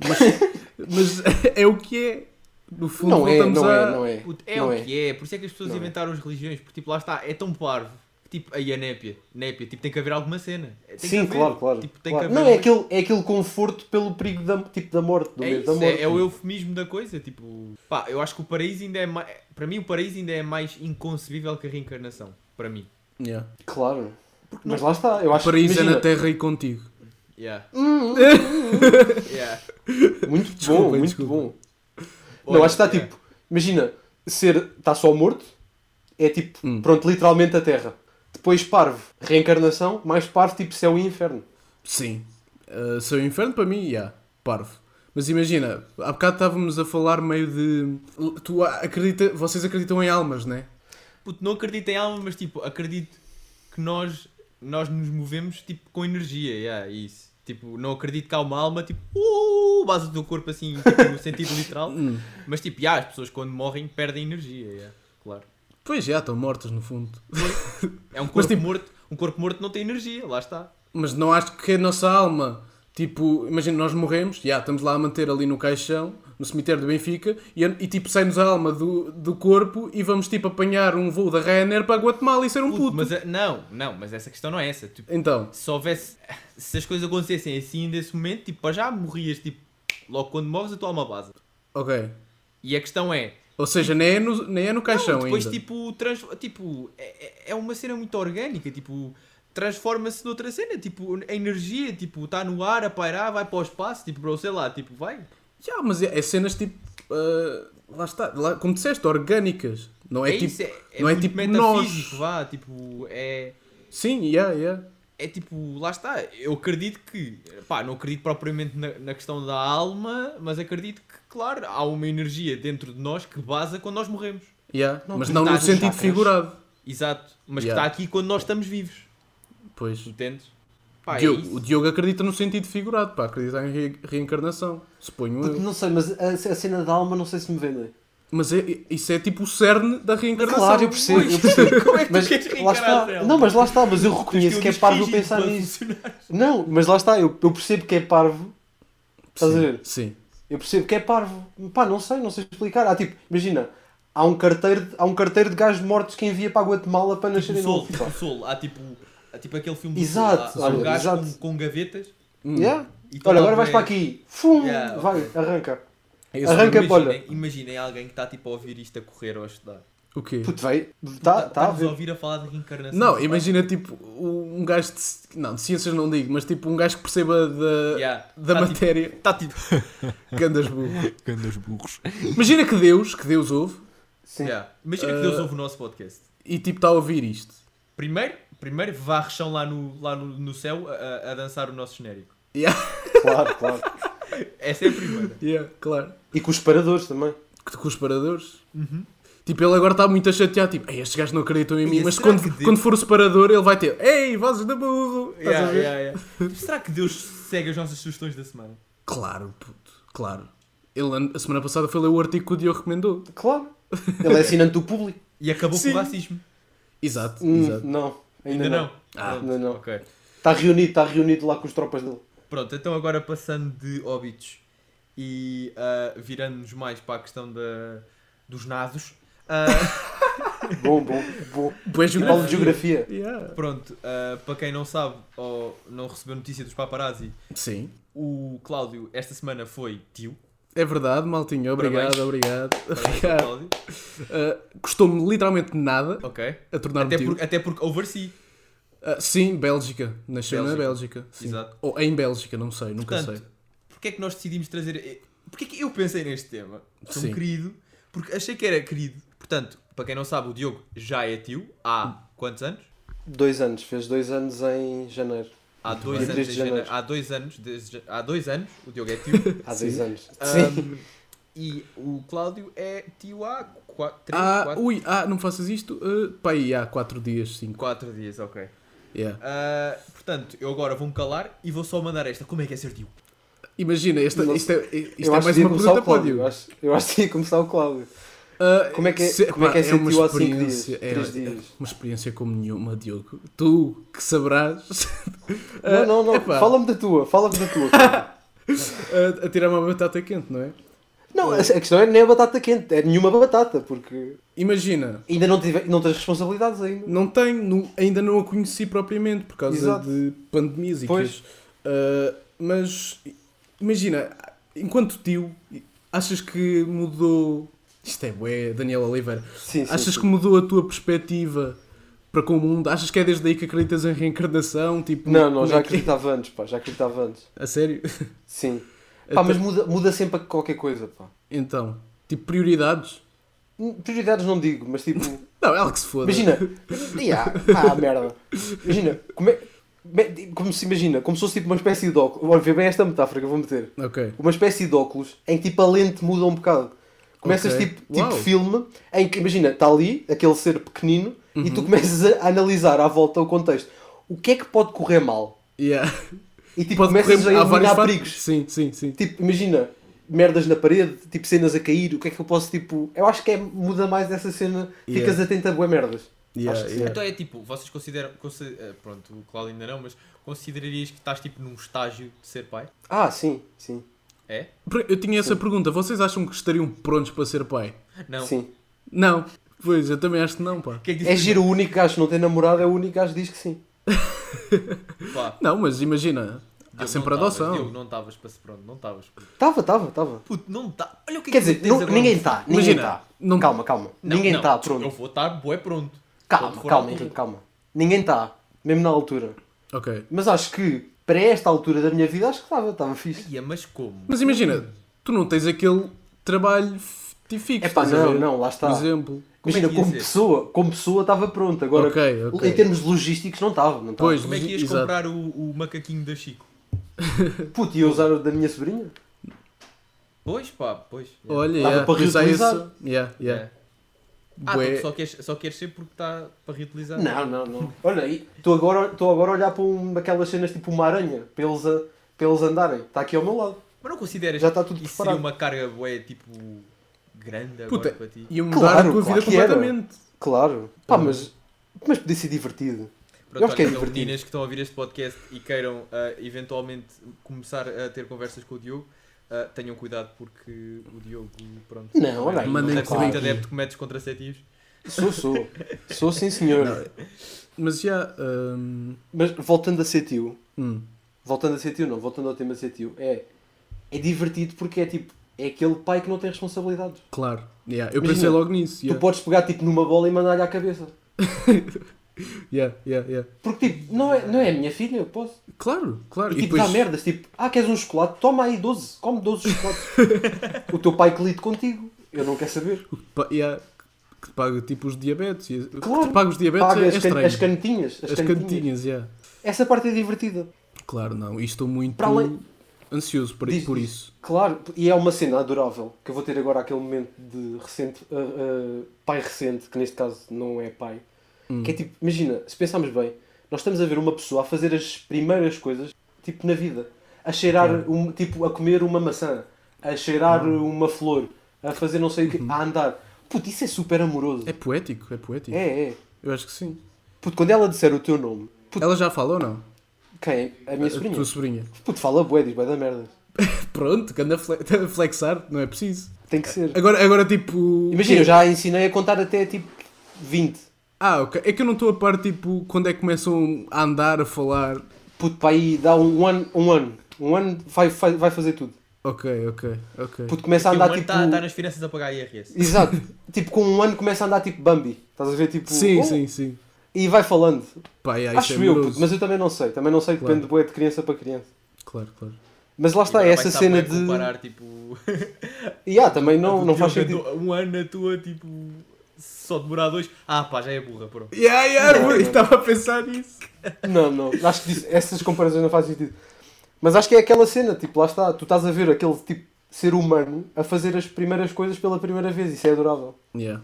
Mas, mas é o que é. No fundo,
Não é,
voltamos
não
a...
é, não é.
Puto, é
não
o
é.
que é. Por isso é que as pessoas
Não é.
inventaram as religiões. Porque tipo, lá está, é tão parvo. que, Tipo, aí a népia. Népia, tipo, tem que haver alguma cena. É, Tem que
Sim,
haver.
claro, claro.
Tipo, tem
claro.
que haver
Não, é
uma-
aquele, é aquele conforto pelo perigo da, tipo, da morte, do
É,
medo da
isso, é,
morte.
é o eufemismo da coisa, tipo, pá, eu acho que o paraíso ainda é mais, para mim o paraíso ainda é mais inconcebível que a reencarnação, para mim.
Yeah.
Claro. Mas lá está, eu acho
Paraíso
imagina,
é na terra e contigo.
Yeah.
Hum,
yeah.
Muito bom,
Desculpa,
muito
desculpa.
bom.
Olha,
não, acho que está
yeah.
tipo, imagina, ser está só morto, é tipo, pronto, literalmente a Terra. Depois parvo, reencarnação, mais parvo, tipo céu e inferno.
Sim. Uh, seu inferno para mim, yeah, parvo. Mas imagina, há bocado estávamos a falar meio de. Tu acredita... Vocês acreditam em almas, né?
Puto, não acredito em alma, mas tipo, acredito que nós, nós nos movemos tipo com energia, yeah, isso. Tipo, não acredito que há uma alma, tipo, uh, base do corpo assim, tipo, no sentido literal.
Hum.
Mas tipo, yeah, as pessoas quando morrem perdem energia, yeah, claro.
Pois já, estão mortas no fundo.
É um corpo
tipo-
morto, um corpo morto não tem energia, lá está.
Mas não acho que a nossa alma. Tipo, imagina, nós morremos, já, estamos lá a manter ali no caixão, no cemitério do Benfica, e, e, tipo, sai-nos a alma do, do corpo e vamos tipo apanhar um voo da Ryanair para Guatemala e ser um
Puto,
puto.
Mas, é- a- não, não, mas essa questão não é essa. Tipo,
Então,
se houvesse. Se as coisas acontecessem assim nesse momento, tipo, para já morrias, tipo, logo quando morres a tua alma base.
ok.
E a questão é.
Ou seja, nem é no, nem é no caixão
não, depois,
ainda.
tipo, trans, tipo é, é- é uma cena muito orgânica, tipo, transforma-se noutra cena, tipo, a energia, tipo, está no ar, a pairar, vai para o espaço, tipo, bro, sei lá, tipo, vai.
Já, mas é, é cenas tipo. ah, lá está, lá, como disseste, orgânicas. Não é, tipo.
isso, é, é
não é
muito
tipo
metafísico,
nós.
vá, tipo, é.
Sim, yeah, yeah.
é tipo, lá está, eu acredito que, pá, não acredito propriamente na, na questão da alma, mas acredito que, claro, há uma energia dentro de nós que baza quando nós morremos.
yeah. mas
porque
não
tá
no
nos
sentido
chakras.
figurado.
Exato. Mas
Yeah.
que está aqui quando nós estamos vivos,
Pois.
entendes? Pá, é
Diogo-
isso.
o Diogo acredita no sentido figurado, pá, acredita em re- reencarnação. Suponho
Puto,
eu.
não sei, mas a, a cena da alma não sei se me vendem.
Mas é- é- isso é tipo o cerne da reencarnação.
Claro, eu percebo, eu percebo.
Como é que tu
Mas
queres
lá
reencarar a
está,
célula?
não, mas lá está, mas eu
Tens
reconheço
ter
que é
um
parvo
esfígito
pensar
para
nisso.
funcionar.
Não, mas lá está, eu, eu percebo que é parvo, estás a ver?
Sim.
Eu percebo que é parvo. Pá, não sei, não sei explicar. Há tipo, imagina, há um carteiro, há um carteiro de gajos mortos que envia para a Guatemala para nascer
Tipo o
em
Sol,
novo.
tipo
pá.
o Sol, há tipo, há tipo aquele filme do
Exato,
Sol, há, há um
olha,
gajo
exato.
com, com gavetas.
Yeah?
Hum.
E tu
Olha,
lá
agora vais
vês.
para aqui. Fum,
Yeah,
vai,
ok.
arranca.
Esse-
Arranca a bolha.
Imaginem, imaginem alguém que está tipo a ouvir isto a correr ou a estudar.
O quê?
Puto, vai. Tá, tá a
Está-nos a
ver.
ouvir a falar de reencarnação.
Não, imagina tipo um gajo de. ci- Não, de ciências não digo, mas tipo um gajo que perceba da,
Yeah.
da
Tá, tipo-
matéria.
Está tipo.
Gandas burro.
Grandes burros.
Imagina que Deus, que Deus ouve,
Sim.
Yeah. Imagina que Deus ouve o nosso podcast.
e tipo está a ouvir isto.
Primeiro, Primeiro, varres são lá no, lá no, no céu a- a, a dançar o nosso genérico.
Claro, claro.
Essa é a primeira.
Yeah, claro.
E com os paradores também.
Que- Com os paradores. Tipo, ele agora está muito a chatear, tipo, "Ei, estes gajos não acreditam em mim,
Ei,
mas
será
quando,
que de-
quando for o separador ele vai ter, ei, vozes da burro! Estás a
Yeah,
ver?
yeah, yeah. Tipo, Será que Deus segue as nossas sugestões da semana?
Claro, puto, claro. Ele, an- a semana passada foi ler o artigo que o Diogo recomendou.
Claro. Ele é assinante do público.
E acabou
Sim.
com o racismo.
Exato,
Um
Hum,
exato.
não, ainda,
Ainda
não.
não.
Ah.
Pronto,
Ainda não.
ok.
Está reunido, está reunido lá com as tropas dele.
Pronto, então agora passando de óbitos e ah, virando-nos mais para a questão da, dos nasos. ah,
Bom, bom, bom.
Boa
Falo de
geografia.
geografia.
Yeah.
pronto, ah, para quem não sabe ou não recebeu notícia dos paparazzi,
Sim,
o Cláudio esta semana foi tio.
é verdade, Maltinho, obrigado,
Parabéns.
obrigado.
Parabéns ao
obrigado.
Cláudio.
Uh, Custou-me literalmente nada
Ok.
a tornar-me
Até,
tio.
por, até porque oversee.
Ah, sim, Bélgica. Nasceu na
Bélgica.
Bélgica. sim.
Exato.
Ou em Bélgica, não sei, nunca
Portanto,
sei.
porque é que nós decidimos trazer. Porque é que eu pensei neste tema? Sou
Sim.
um querido, porque achei que era querido. Portanto, para quem não sabe, o Diogo já é tio há quantos anos?
Dois anos, fez dois anos em janeiro.
Há dois
bem.
anos,
23 de
em janeiro.
janeiro.
Há dois anos, desde- há dois anos, o Diogo é tio.
Há dois anos. Sim.
Ahm, e o Cláudio é tio há 4, 3,
Ah,
4,
ui, ah, não faças isto? Uh, pá, aí há 4 dias, 5.
dias, ok.
Yeah.
Ah, portanto, eu agora vou-me calar e vou só mandar esta. Como é que é ser tio?
Imagina, esta,
Não-
isto é, isto
eu
é
acho
mais
que ia
uma pergunta
começar o
para o
Cláudio.
Diogo.
Eu acho, eu acho que ia começar o Cláudio.
Ah,
Como é que é-
se-
como é que é
pá,
ser
uma
tio há cinco
experiência-
dias, três
é,
dias?
uma experiência como nenhuma, Diogo. Tu que sabrás. Ah,
Não, não, não.
epá,
Fala-me da tua, fala-me da tua. Cláudio.
ah, A tirar uma batata quente, não é?
não, a a questão é nem a batata quente, é nenhuma batata, porque
Imagina,
ainda não, tive, não tens responsabilidades ainda.
não tenho, não- ainda não a conheci propriamente por causa
Exato.
de pandemias e
Pois.
coisas. Ah, mas imagina, enquanto tio, achas que mudou. Isto é bué, Daniel Oliveira.
Sim, sim.
Achas
sim.
que mudou a tua perspectiva para com o mundo? Achas que é desde aí que acreditas em reencarnação? Tipo,
Não, não,
como
já
é que-
acreditava antes, pá, já acreditava antes.
A sério?
Sim.
Então-
Pá, mas muda, muda sempre qualquer coisa, pá.
Então, tipo, prioridades?
Prioridades não digo, mas tipo.
Não, ela que se foda.
Imagina. Ya, ah, merda. Imagina, como é. me- Como se imagina, como se fosse tipo uma espécie de óculos. Olha, vê bem esta metáfora que eu vou meter.
Ok.
Uma espécie de óculos em que tipo a lente muda um bocado. Começas
Ok.
tipo,
Uau.
tipo filme em que, imagina, está ali, aquele ser pequenino, e
Uhum.
tu começas a analisar à volta o contexto. O que é que pode correr mal?
Yeah.
E tipo,
Pode
começas
correr-
a
há vários
eliminar
fatos.
perigos.
Sim, sim, sim.
Tipo, imagina, merdas na parede, tipo cenas a cair, o que é que eu posso, tipo. Eu acho que é, muda mais essa cena,
Yeah.
ficas atento a boé merdas.
Yeah,
Acho que
yeah.
Então é tipo, vocês consideram. consi- eh, pronto, o Cláudio ainda não, mas considerarias que estás tipo num estágio de ser pai?
Ah, sim, sim.
É?
Eu tinha essa pergunta. Vocês acham que estariam prontos para ser pai?
Não.
Sim.
Não. Pois, eu também acho que não, pá.
O que é que dizes
É giro, o único gajo que não tem namorado é o único gajo que diz que sim.
tu? Pá,
Não, mas imagina,
Diogo,
há
não
sempre
tavas,
adoção.
Diogo, não estavas para pronto, não estavas.
Tava, tava, tava.
Puto, não está. Olha o que é
Quer
que
dizer,
tens
não-
agora.
ninguém está, ninguém
Imagina,
está.
não-
Calma, calma.
Não,
ninguém
não,
está,
Eu
pronto.
vou estar bué pronto. um Quando
Calma,
for
calma,
à
Henrique,
altura.
calma. Ninguém está, mesmo na altura.
Ok.
Mas acho que, para esta altura da minha vida, acho que estava, estava fixe.
Ia, mas como?
Mas imagina, tu não tens aquele trabalho f- tipo fixo.
É pá,
estás a
não,
ver?
não, lá está.
Por exemplo.
Como é
Imagina,
que ia
como
ser?
pessoa, como pessoa estava pronto. Agora,
Ok, ok.
em termos logísticos, não estava, não estava.
Pois.
Como é que ias
Exato.
comprar o, o macaquinho da Chico?
Puto, ia usar o da minha sobrinha?
Pois pá, pois. é.
Olha,
Dava
yeah,
para
pois há
reutilizar.
esse- Yeah, yeah.
É. Ah, tu
Bué.
só queres, só queres ser porque está para reutilizar.
Não, não, não. Olha aí, estou agora, estou agora a olhar para um, aquelas cenas tipo uma aranha, para eles, a- para eles andarem. Está aqui ao meu lado.
Mas não consideras
Já está tudo
que isso
preparado.
seria uma carga bué, tipo, grande agora
Puta,
para ti?
ia mudar a
Claro,
tua vida
claro que era.
um completamente.
Claro. Pá, mas, mas podia ser divertido.
Pronto,
acho que é
olha, então,
divertido.
meninas que estão a ouvir este podcast e queiram ah, eventualmente começar a ter conversas com o Diogo, ah, tenham cuidado porque o Diogo, pronto,
Não,
também
olha aí,
não
mandem
deve ser
claro.
muito adepto com métodos contraceptivos.
Sou, sou. sou sim, senhor.
Mas já. hum,
Mas voltando a ser tio,
hum.
voltando a ser tio, não, voltando ao tema de ser tio, é, é divertido porque é tipo, é aquele pai que não tem responsabilidades.
Claro, yeah, eu
Imagina,
pensei logo nisso.
Tu
Yeah.
podes pegar tipo numa bola e mandar-lhe à cabeça.
Yeah, yeah, yeah.
Porque tipo, não é, não é a minha filha, eu posso.
Claro,
E,
claro.
tipo, dá merdas, tipo, ah, queres um chocolate? Toma aí 12, come 12 chocolates. o teu pai que lide contigo, eu não quero saber.
pa- yeah, que te paga tipo os diabetes. e- Que
Claro.
te paga os diabetes
Paga
é, é
as, can-
estranho.
as canetinhas. As,
As
canetinhas.
cantinhas, yeah.
Essa parte é divertida.
Claro, não. E estou muito
Para além-
ansioso por,
Diz,
por
diz.
isso.
Claro, e é uma cena adorável que eu vou ter agora aquele momento de recente, ah, ah, pai recente, que neste caso não é pai,
Hum.
que é tipo, imagina, se pensarmos bem, nós estamos a ver uma pessoa a fazer as primeiras coisas, tipo na vida, a cheirar, um, tipo, a comer uma maçã, a cheirar
Uhum.
uma flor, a fazer não sei o quê, a andar. Puto, isso é super amoroso.
É poético, é poético.
É, é.
Eu acho que sim.
Puto, quando ela disser o teu nome, puto,
Ela já falou, não?
quem? A minha
A
sobrinha?
tua sobrinha.
Puto, fala bué, diz bué da merda.
Pronto, que anda a fle- a flexar, não é preciso.
Tem que ser.
Agora, agora tipo.
Imagina, eu já a ensinei a contar até tipo 20.
Ah, ok. É que eu não estou a par, tipo, quando é que começam a andar, a falar.
Puto, para aí dá um ano, um ano. Um ano vai, vai, vai fazer tudo.
Ok, ok, ok.
Puto, começa a
Porque o
andar
mano
tipo.
está tá nas finanças a pagar IRS.
Exato. tipo, com um ano começa a andar tipo Bambi. Estás a ver? Tipo.
Sim,
oh,
sim, sim.
E vai falando.
Pá, yeah, isso
Acho
é
eu,
amoroso.
puto, mas eu também não sei. Também não sei, depende de boé de criança para criança.
Claro, claro.
Mas lá está,
E agora
é
vai
essa
estar
cena
bué a
de.
comparar, tipo,
E ah, também não, não
Tipo,
faz
eu
sentido.
dou- Um ano na tua, tipo, só demorar dois. Ah, pá, já é burra, pronto.
Yeah, yeah,
Não,
eu
não.
estava a pensar nisso.
Não, não. Acho que isso- essas comparações não fazem sentido. Mas acho que é aquela cena, tipo, lá está. Tu estás a ver aquele tipo ser humano a fazer as primeiras coisas pela primeira vez. Isso é adorável.
Yeah.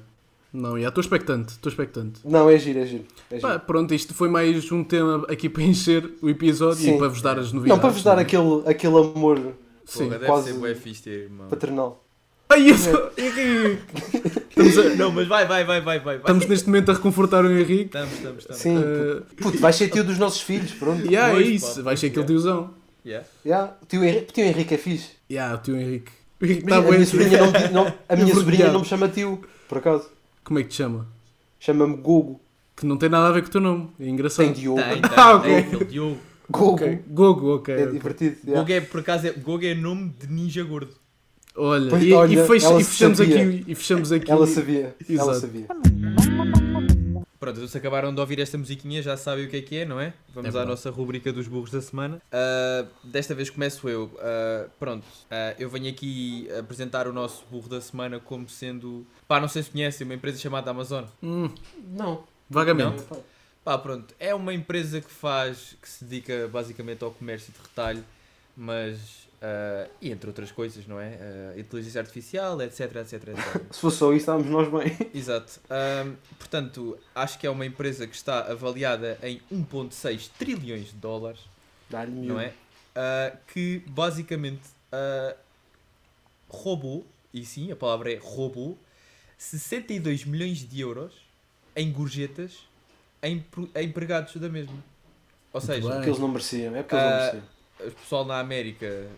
Não, estou yeah, tô expectante, estou expectante.
Não, é giro, é giro. É giro.
Pá, pronto, isto foi mais um tema aqui para encher o episódio
Sim.
e para vos dar as novidades.
não, para vos dar
não é?
aquele, né? aquele amor
Sim.
Porra, deve
quase-
ser bué fixe ter, irmão.
paternal.
Ai, eu sou... Henrique! Estamos, a-
Não, mas vai, vai, vai, vai, vai. vai.
estamos neste momento a reconfortar o Henrique.
Estamos, estamos, estamos.
Sim, puto.
Eh,
Puto, vai ser tio dos nossos filhos, pronto.
yeah,
Pois,
é
pá,
isso,
pois,
vai ser aquele
yeah.
tiozão.
Yeah.
Yeah. O Tio, Henrique, tio Henrique é fixe.
Yeah, o tio Henrique. O Henrique tá
Imagina,
está
a minha,
bem.
sobrinha não, me- não- a minha
Envergonhado.
sobrinha não me chama tio, por acaso.
Como é que te chama?
Chama-me Gogo.
Que não tem nada a ver com o teu nome. É engraçado.
Tem Diogo.
Tem, tem,
Ah, ok.
tem aquele Diogo.
Gogo.
Ok. Gogo, ok.
É
ok.
divertido. yeah.
Gogo é, por acaso, é, Gogo é nome de ninja gordo.
Olha,
Pois,
e, e
olha,
fecha-
ela
e fechamos
sabia.
aqui. E fechamos aqui.
Ela sabia. Ela
Exato.
sabia.
Pronto, vocês acabaram de ouvir esta musiquinha, já sabem o que é que é, não é? Vamos à
verdade.
nossa rubrica dos burros da semana. Ah, desta vez começo eu. Ah, pronto, ah, eu venho aqui apresentar o nosso burro da semana como sendo. Pá, não sei se conhecem, uma empresa chamada Amazon.
Hum,
Não.
vagamente.
Pá, pronto, é uma empresa que faz, que se dedica basicamente ao comércio de retalho, mas, ah, e entre outras coisas, não é? Ah, inteligência artificial, etc, etc, etc.
Se fosse só isso, estávamos nós bem.
Exato. Ahm, portanto, acho que é uma empresa que está avaliada em 1.6 trilhões de dólares,
Dá-lhe
não é? Ah, que basicamente ah, roubou, e sim, a palavra é roubou, 62 milhões de euros em gorjetas a, empre- a empregados da mesma. Ou seja,
bem.
Porque eles não mereciam. É porque eles não
Ah,
mereciam.
o pessoal na América, eh,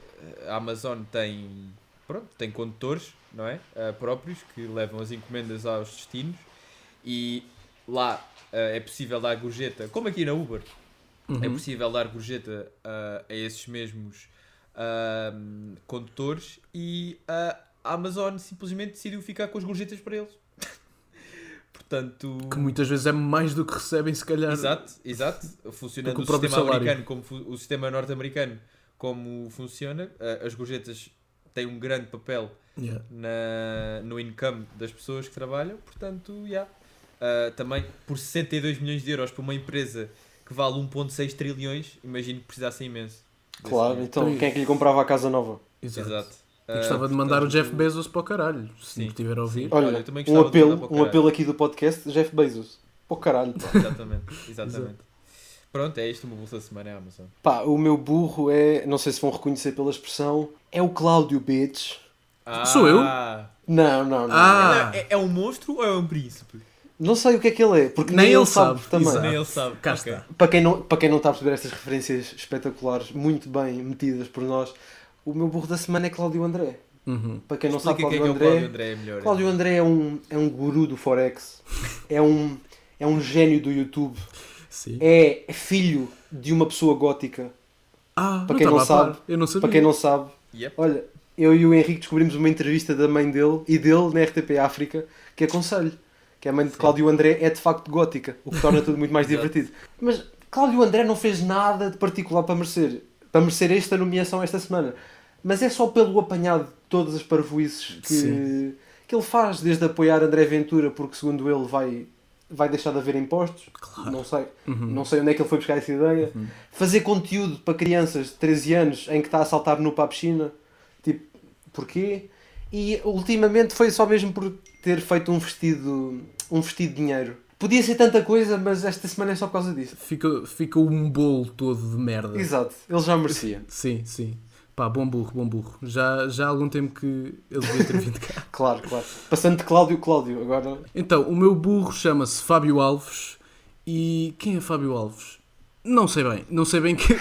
a Amazon tem, pronto, tem condutores, não é? Ah, próprios que levam as encomendas aos destinos e lá ah, é possível dar gorjeta, como aqui na Uber, é possível dar gorjeta ah, a esses mesmos ah, condutores e ah, a Amazon simplesmente decidiu ficar com as gorjetas para eles. Portanto,
Que muitas vezes é mais do que recebem, se calhar.
Exato, exato. Funcionando
Porque
o
o próprio
sistema
salário.
americano, como fu- o sistema norte-americano, como funciona, eh, as gorjetas têm um grande papel
Yeah.
na, no income das pessoas que trabalham, portanto, yeah. Ah, também por 62 milhões de euros para uma empresa que vale 1,6 trilhões, imagino que precisasse imenso. desse
Claro,
dinheiro.
então
Sim.
quem é que lhe comprava a casa nova?
Exato.
Exato.
Eu
Ah,
gostava de mandar o
portanto,
Jeff Bezos para o caralho, se
Sim.
me estiver a ouvir.
Olha,
Olha,
eu também
um
gostava de mandar para
apelo,
o
um
caralho.
apelo aqui do podcast, Jeff Bezos. Pô, caralho. pá.
Exatamente, exatamente. Pronto, é isto uma bolsa da semana é a Amazon.
Pá, o meu burro é, não sei se vão reconhecer pela expressão, é o Cláudio Bitch.
Sou eu?
Ah,
Não, não, não.
Ah.
É, é um monstro ou é um príncipe?
Não sei o que é que ele é, porque
Nem
nem,
ele
ele sabe,
sabe,
também.
exato.
Nem ele sabe.
Ah, Cá
Ok.
está.
Para quem, não, para quem não está a perceber estas referências espetaculares, muito bem metidas por nós, o meu burro da semana é Cláudio André.
Uhum.
Para quem não
Explica
sabe,
quem é
Cláudio
que é o Cláudio
André.
André é melhor.
Cláudio André é um, é um guru do Forex, é um, é um gênio do YouTube,
Sim.
é filho de uma pessoa gótica.
Ah,
Para
não
quem não
estava a par.
sabe-
Eu não sabia.
Para quem não sabe,
Yep.
olha, eu e o Henrique descobrimos uma entrevista da mãe dele e dele na RTP África que aconselho. Que a mãe de Cláudio André é de facto gótica, o que torna tudo muito mais divertido. Mas Cláudio André não fez nada de particular para merecer, para merecer esta nomeação esta semana. Mas é só pelo apanhado de todas as parvoices que,
Sim.
que ele faz, desde apoiar André Ventura, porque segundo ele vai, vai deixar de haver impostos, não, sei, não sei onde é que ele foi buscar essa ideia, fazer conteúdo para crianças de 13 anos em que está a saltar nu para a piscina, tipo, porquê? E ultimamente foi só mesmo por ter feito um vestido, um vestido de dinheiro. Podia ser tanta coisa, mas esta semana é só por causa disso.
Fica, fica um bolo todo de merda.
Exato, ele já merecia.
Sim, sim. Pá, bom burro, bom burro. Já, já há algum tempo que ele devia ter vindo cá.
Claro, claro. Passando de Cláudio, Cláudio, agora
Então, o meu burro chama-se Fábio Alves. E quem é Fábio Alves? Não sei bem. Não sei bem que,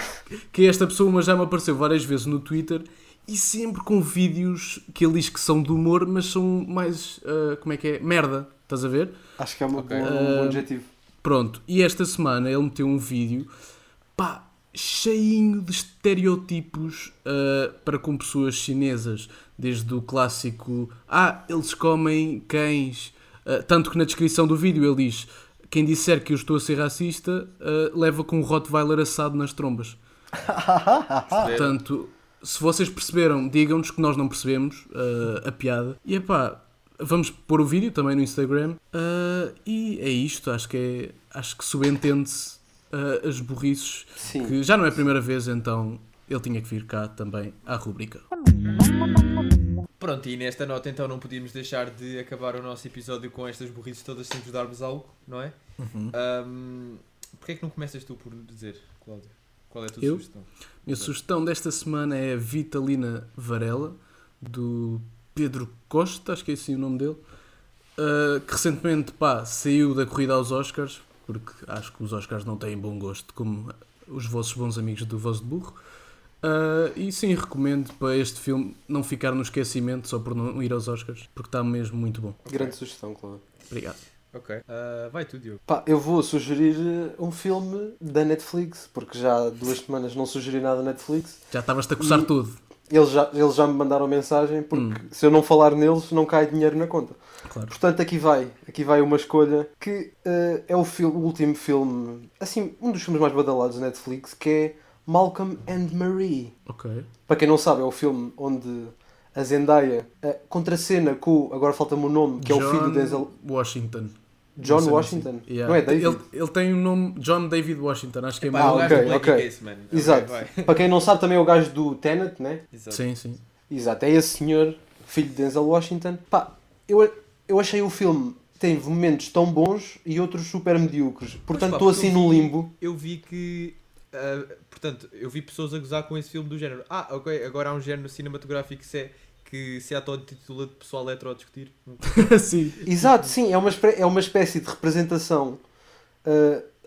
que é esta pessoa, mas já me apareceu várias vezes no Twitter. E sempre com vídeos que ele diz que são de humor, mas são mais. ah, como é que é? Merda. Estás a ver?
acho que é uma, boa- um bom objetivo.
Pronto, e esta semana ele meteu um vídeo pá, cheinho de estereotipos ah, para com pessoas chinesas, desde o clássico Ah, eles comem cães. Ah, tanto que na descrição do vídeo ele diz: Quem disser que eu estou a ser racista ah, leva com um Rottweiler assado nas trombas. Portanto, se vocês perceberam, digam-nos que nós não percebemos ah, a piada. E epá, vamos pôr o vídeo também no Instagram. Ah, e é isto, acho que, é, acho que subentende-se ah, as burrices.
Sim.
Que já não é a primeira vez, então ele tinha que vir cá também à rubrica.
Pronto, e nesta nota então não podíamos deixar de acabar o nosso episódio com estas burrices todas sem vos darmos algo, não é?
Uhum.
Ahm, Porquê é que não começas tu por dizer, Cláudio? Qual é a tua
Eu?
sugestão?
Minha sugestão desta semana é a Vitalina Varela, do Pedro Costa, acho que é assim o nome dele, uh, que recentemente pá, saiu da corrida aos Oscars, porque acho que os Oscars não têm bom gosto, como os vossos bons amigos do Voz de Burro. Uh, e sim, recomendo para este filme não ficar no esquecimento só por não ir aos Oscars, porque está mesmo muito bom.
Grande sugestão, Cláudio.
Obrigado.
Ok. Ah, vai tu, Diogo.
Pá, eu vou sugerir eh, um filme da Netflix, porque já há duas semanas não sugeri nada na Netflix.
Já estavas-te a coçar tudo.
Eles já, eles já me mandaram mensagem, porque se eu não falar neles, não cai dinheiro na conta.
Hum. Claro.
Portanto, aqui vai, aqui vai uma escolha que eh, é o, fil- o último filme, assim, um dos filmes mais badalados da Netflix, que é Malcolm and Marie.
Ok.
Para quem não sabe, é o filme onde a Zendaya eh, contracena com, o- agora falta-me o nome, que é o filho do
John
Denzel,
Washington.
John
Não sei, não
Washington.
sei. Yeah.
Não é David?
Ele, ele tem o nome John David Washington, acho que é
Pá,
Ah,
o
mau.
ok,
gajo do Black
ok.
Case, mano. Ok,
Exato.
vai.
Para quem não sabe, também é o gajo do Tenet, né?
Exato.
Sim, sim.
Exato, é esse senhor, filho de Denzel Washington. Pá, eu, eu achei o filme, tem momentos tão bons e outros super medíocres. Portanto,
pá,
estou
porque
assim
eu
no
vi-
limbo.
Eu vi que. ah, portanto, eu vi pessoas a gozar com esse filme do género. Ah, ok, agora há um género cinematográfico que se, é, que se auto-titula de pessoal hetero a discutir.
sim.
Exato, sim, é uma, espé- é uma espécie de representação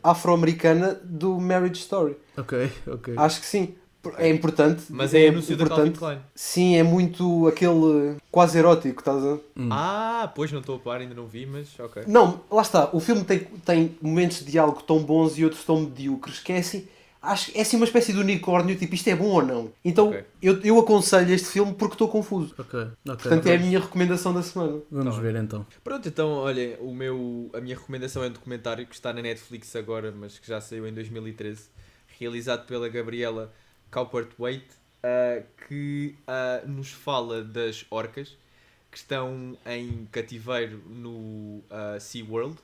ah, afro-americana do Marriage Story.
Ok, ok.
Acho que sim. É importante.
Mas é, anúncio da Calvin Klein.
Sim, é muito aquele quase erótico, estás a
Ah, pois não estou a par, ainda não vi, mas ok.
Não, lá está. O filme tem, tem momentos de diálogo tão bons e outros tão medíocres que é assim. Acho, é assim uma espécie de unicórnio, tipo, isto é bom ou não? Então
Ok.
eu, eu aconselho este filme porque estou confuso.
Ok, ok.
Portanto, é a minha recomendação da semana.
Vamos ver então.
Pronto, então, olhem, o meu, a minha recomendação é um documentário que está na Netflix agora, mas que já saiu em 2013, realizado pela Gabriela Cowperthwaite, ah, que ah, nos fala das orcas que estão em cativeiro no ah, SeaWorld,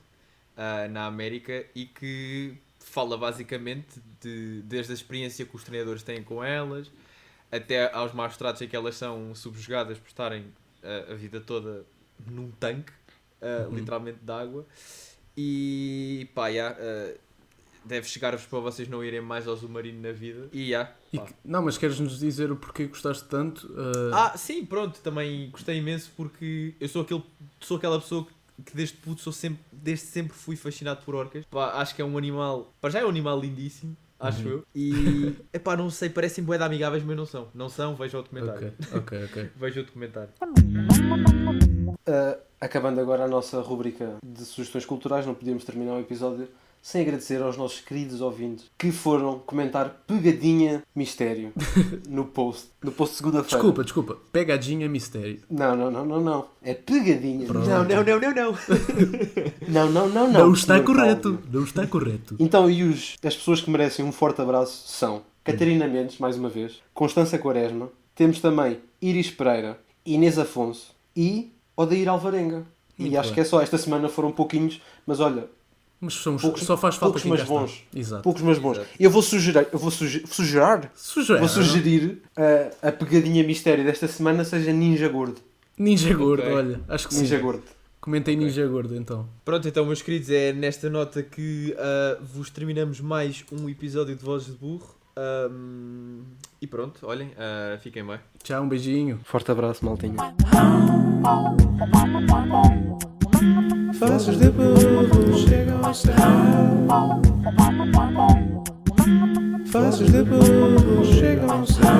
ah, na América, e que fala basicamente de, desde a experiência que os treinadores têm com elas, até aos maus tratos em que elas são subjugadas por estarem ah, a vida toda num tanque, ah, literalmente de água. E pá, já, ah, deve chegar-vos para vocês não irem mais ao submarino na vida. E já,
E
pá.
que- não, mas queres-nos dizer o porquê gostaste tanto? Uh,
Ah, sim, pronto, também gostei imenso porque eu sou, aquele, sou aquela pessoa que, que desde puto sou sempre, desde sempre fui fascinado por orcas. Pá, acho que é um animal, para já é um animal lindíssimo, acho eu. E, epá, não sei, parecem bué de amigáveis, mas não são. Não são, vejam o documentário.
ok, ok, ok.
Vejam o documentário.
Ah, acabando agora a nossa rubrica de sugestões culturais, não podíamos terminar o episódio sem agradecer aos nossos queridos ouvintes que foram comentar pegadinha mistério no post, no post de segunda-feira.
Desculpa, desculpa. Pegadinha mistério.
Não, não, não, não, não. É pegadinha.
Não, não, não, não, não.
Não, não, não, não.
Não, está
senhor
correto.
Cláudio.
Não está correto.
Então, e os, as pessoas que merecem um forte abraço são Catarina Mendes, mais uma vez, Constança Quaresma, temos também Iris Pereira, Inês Afonso e Odair Alvarenga. e
Muito
acho
bem.
que é só. Esta semana foram pouquinhos, mas olha,
Mas somos,
Poucos-
só faz falta
poucos,
quem
mas
cá
bons.
está. Exato.
poucos mas bons. Eu vou sugerir, eu vou suge- sugerar,
Sugere.
vou sugerir uh, a pegadinha mistério desta semana seja Ninja Gordo.
Ninja Gordo,
Ok.
olha. Acho que
Ninja
sim.
Gordo.
Comentei Ninja Gordo então.
Pronto, então, meus queridos, é nesta nota que ah, vos terminamos mais um episódio de Voz de Burro. Ahm, e pronto, olhem, ah, fiquem bem.
Tchau, um beijinho.
Forte abraço, maltinho.
Faces de burro chegam ao céu. Faces de burro chegam ao céu.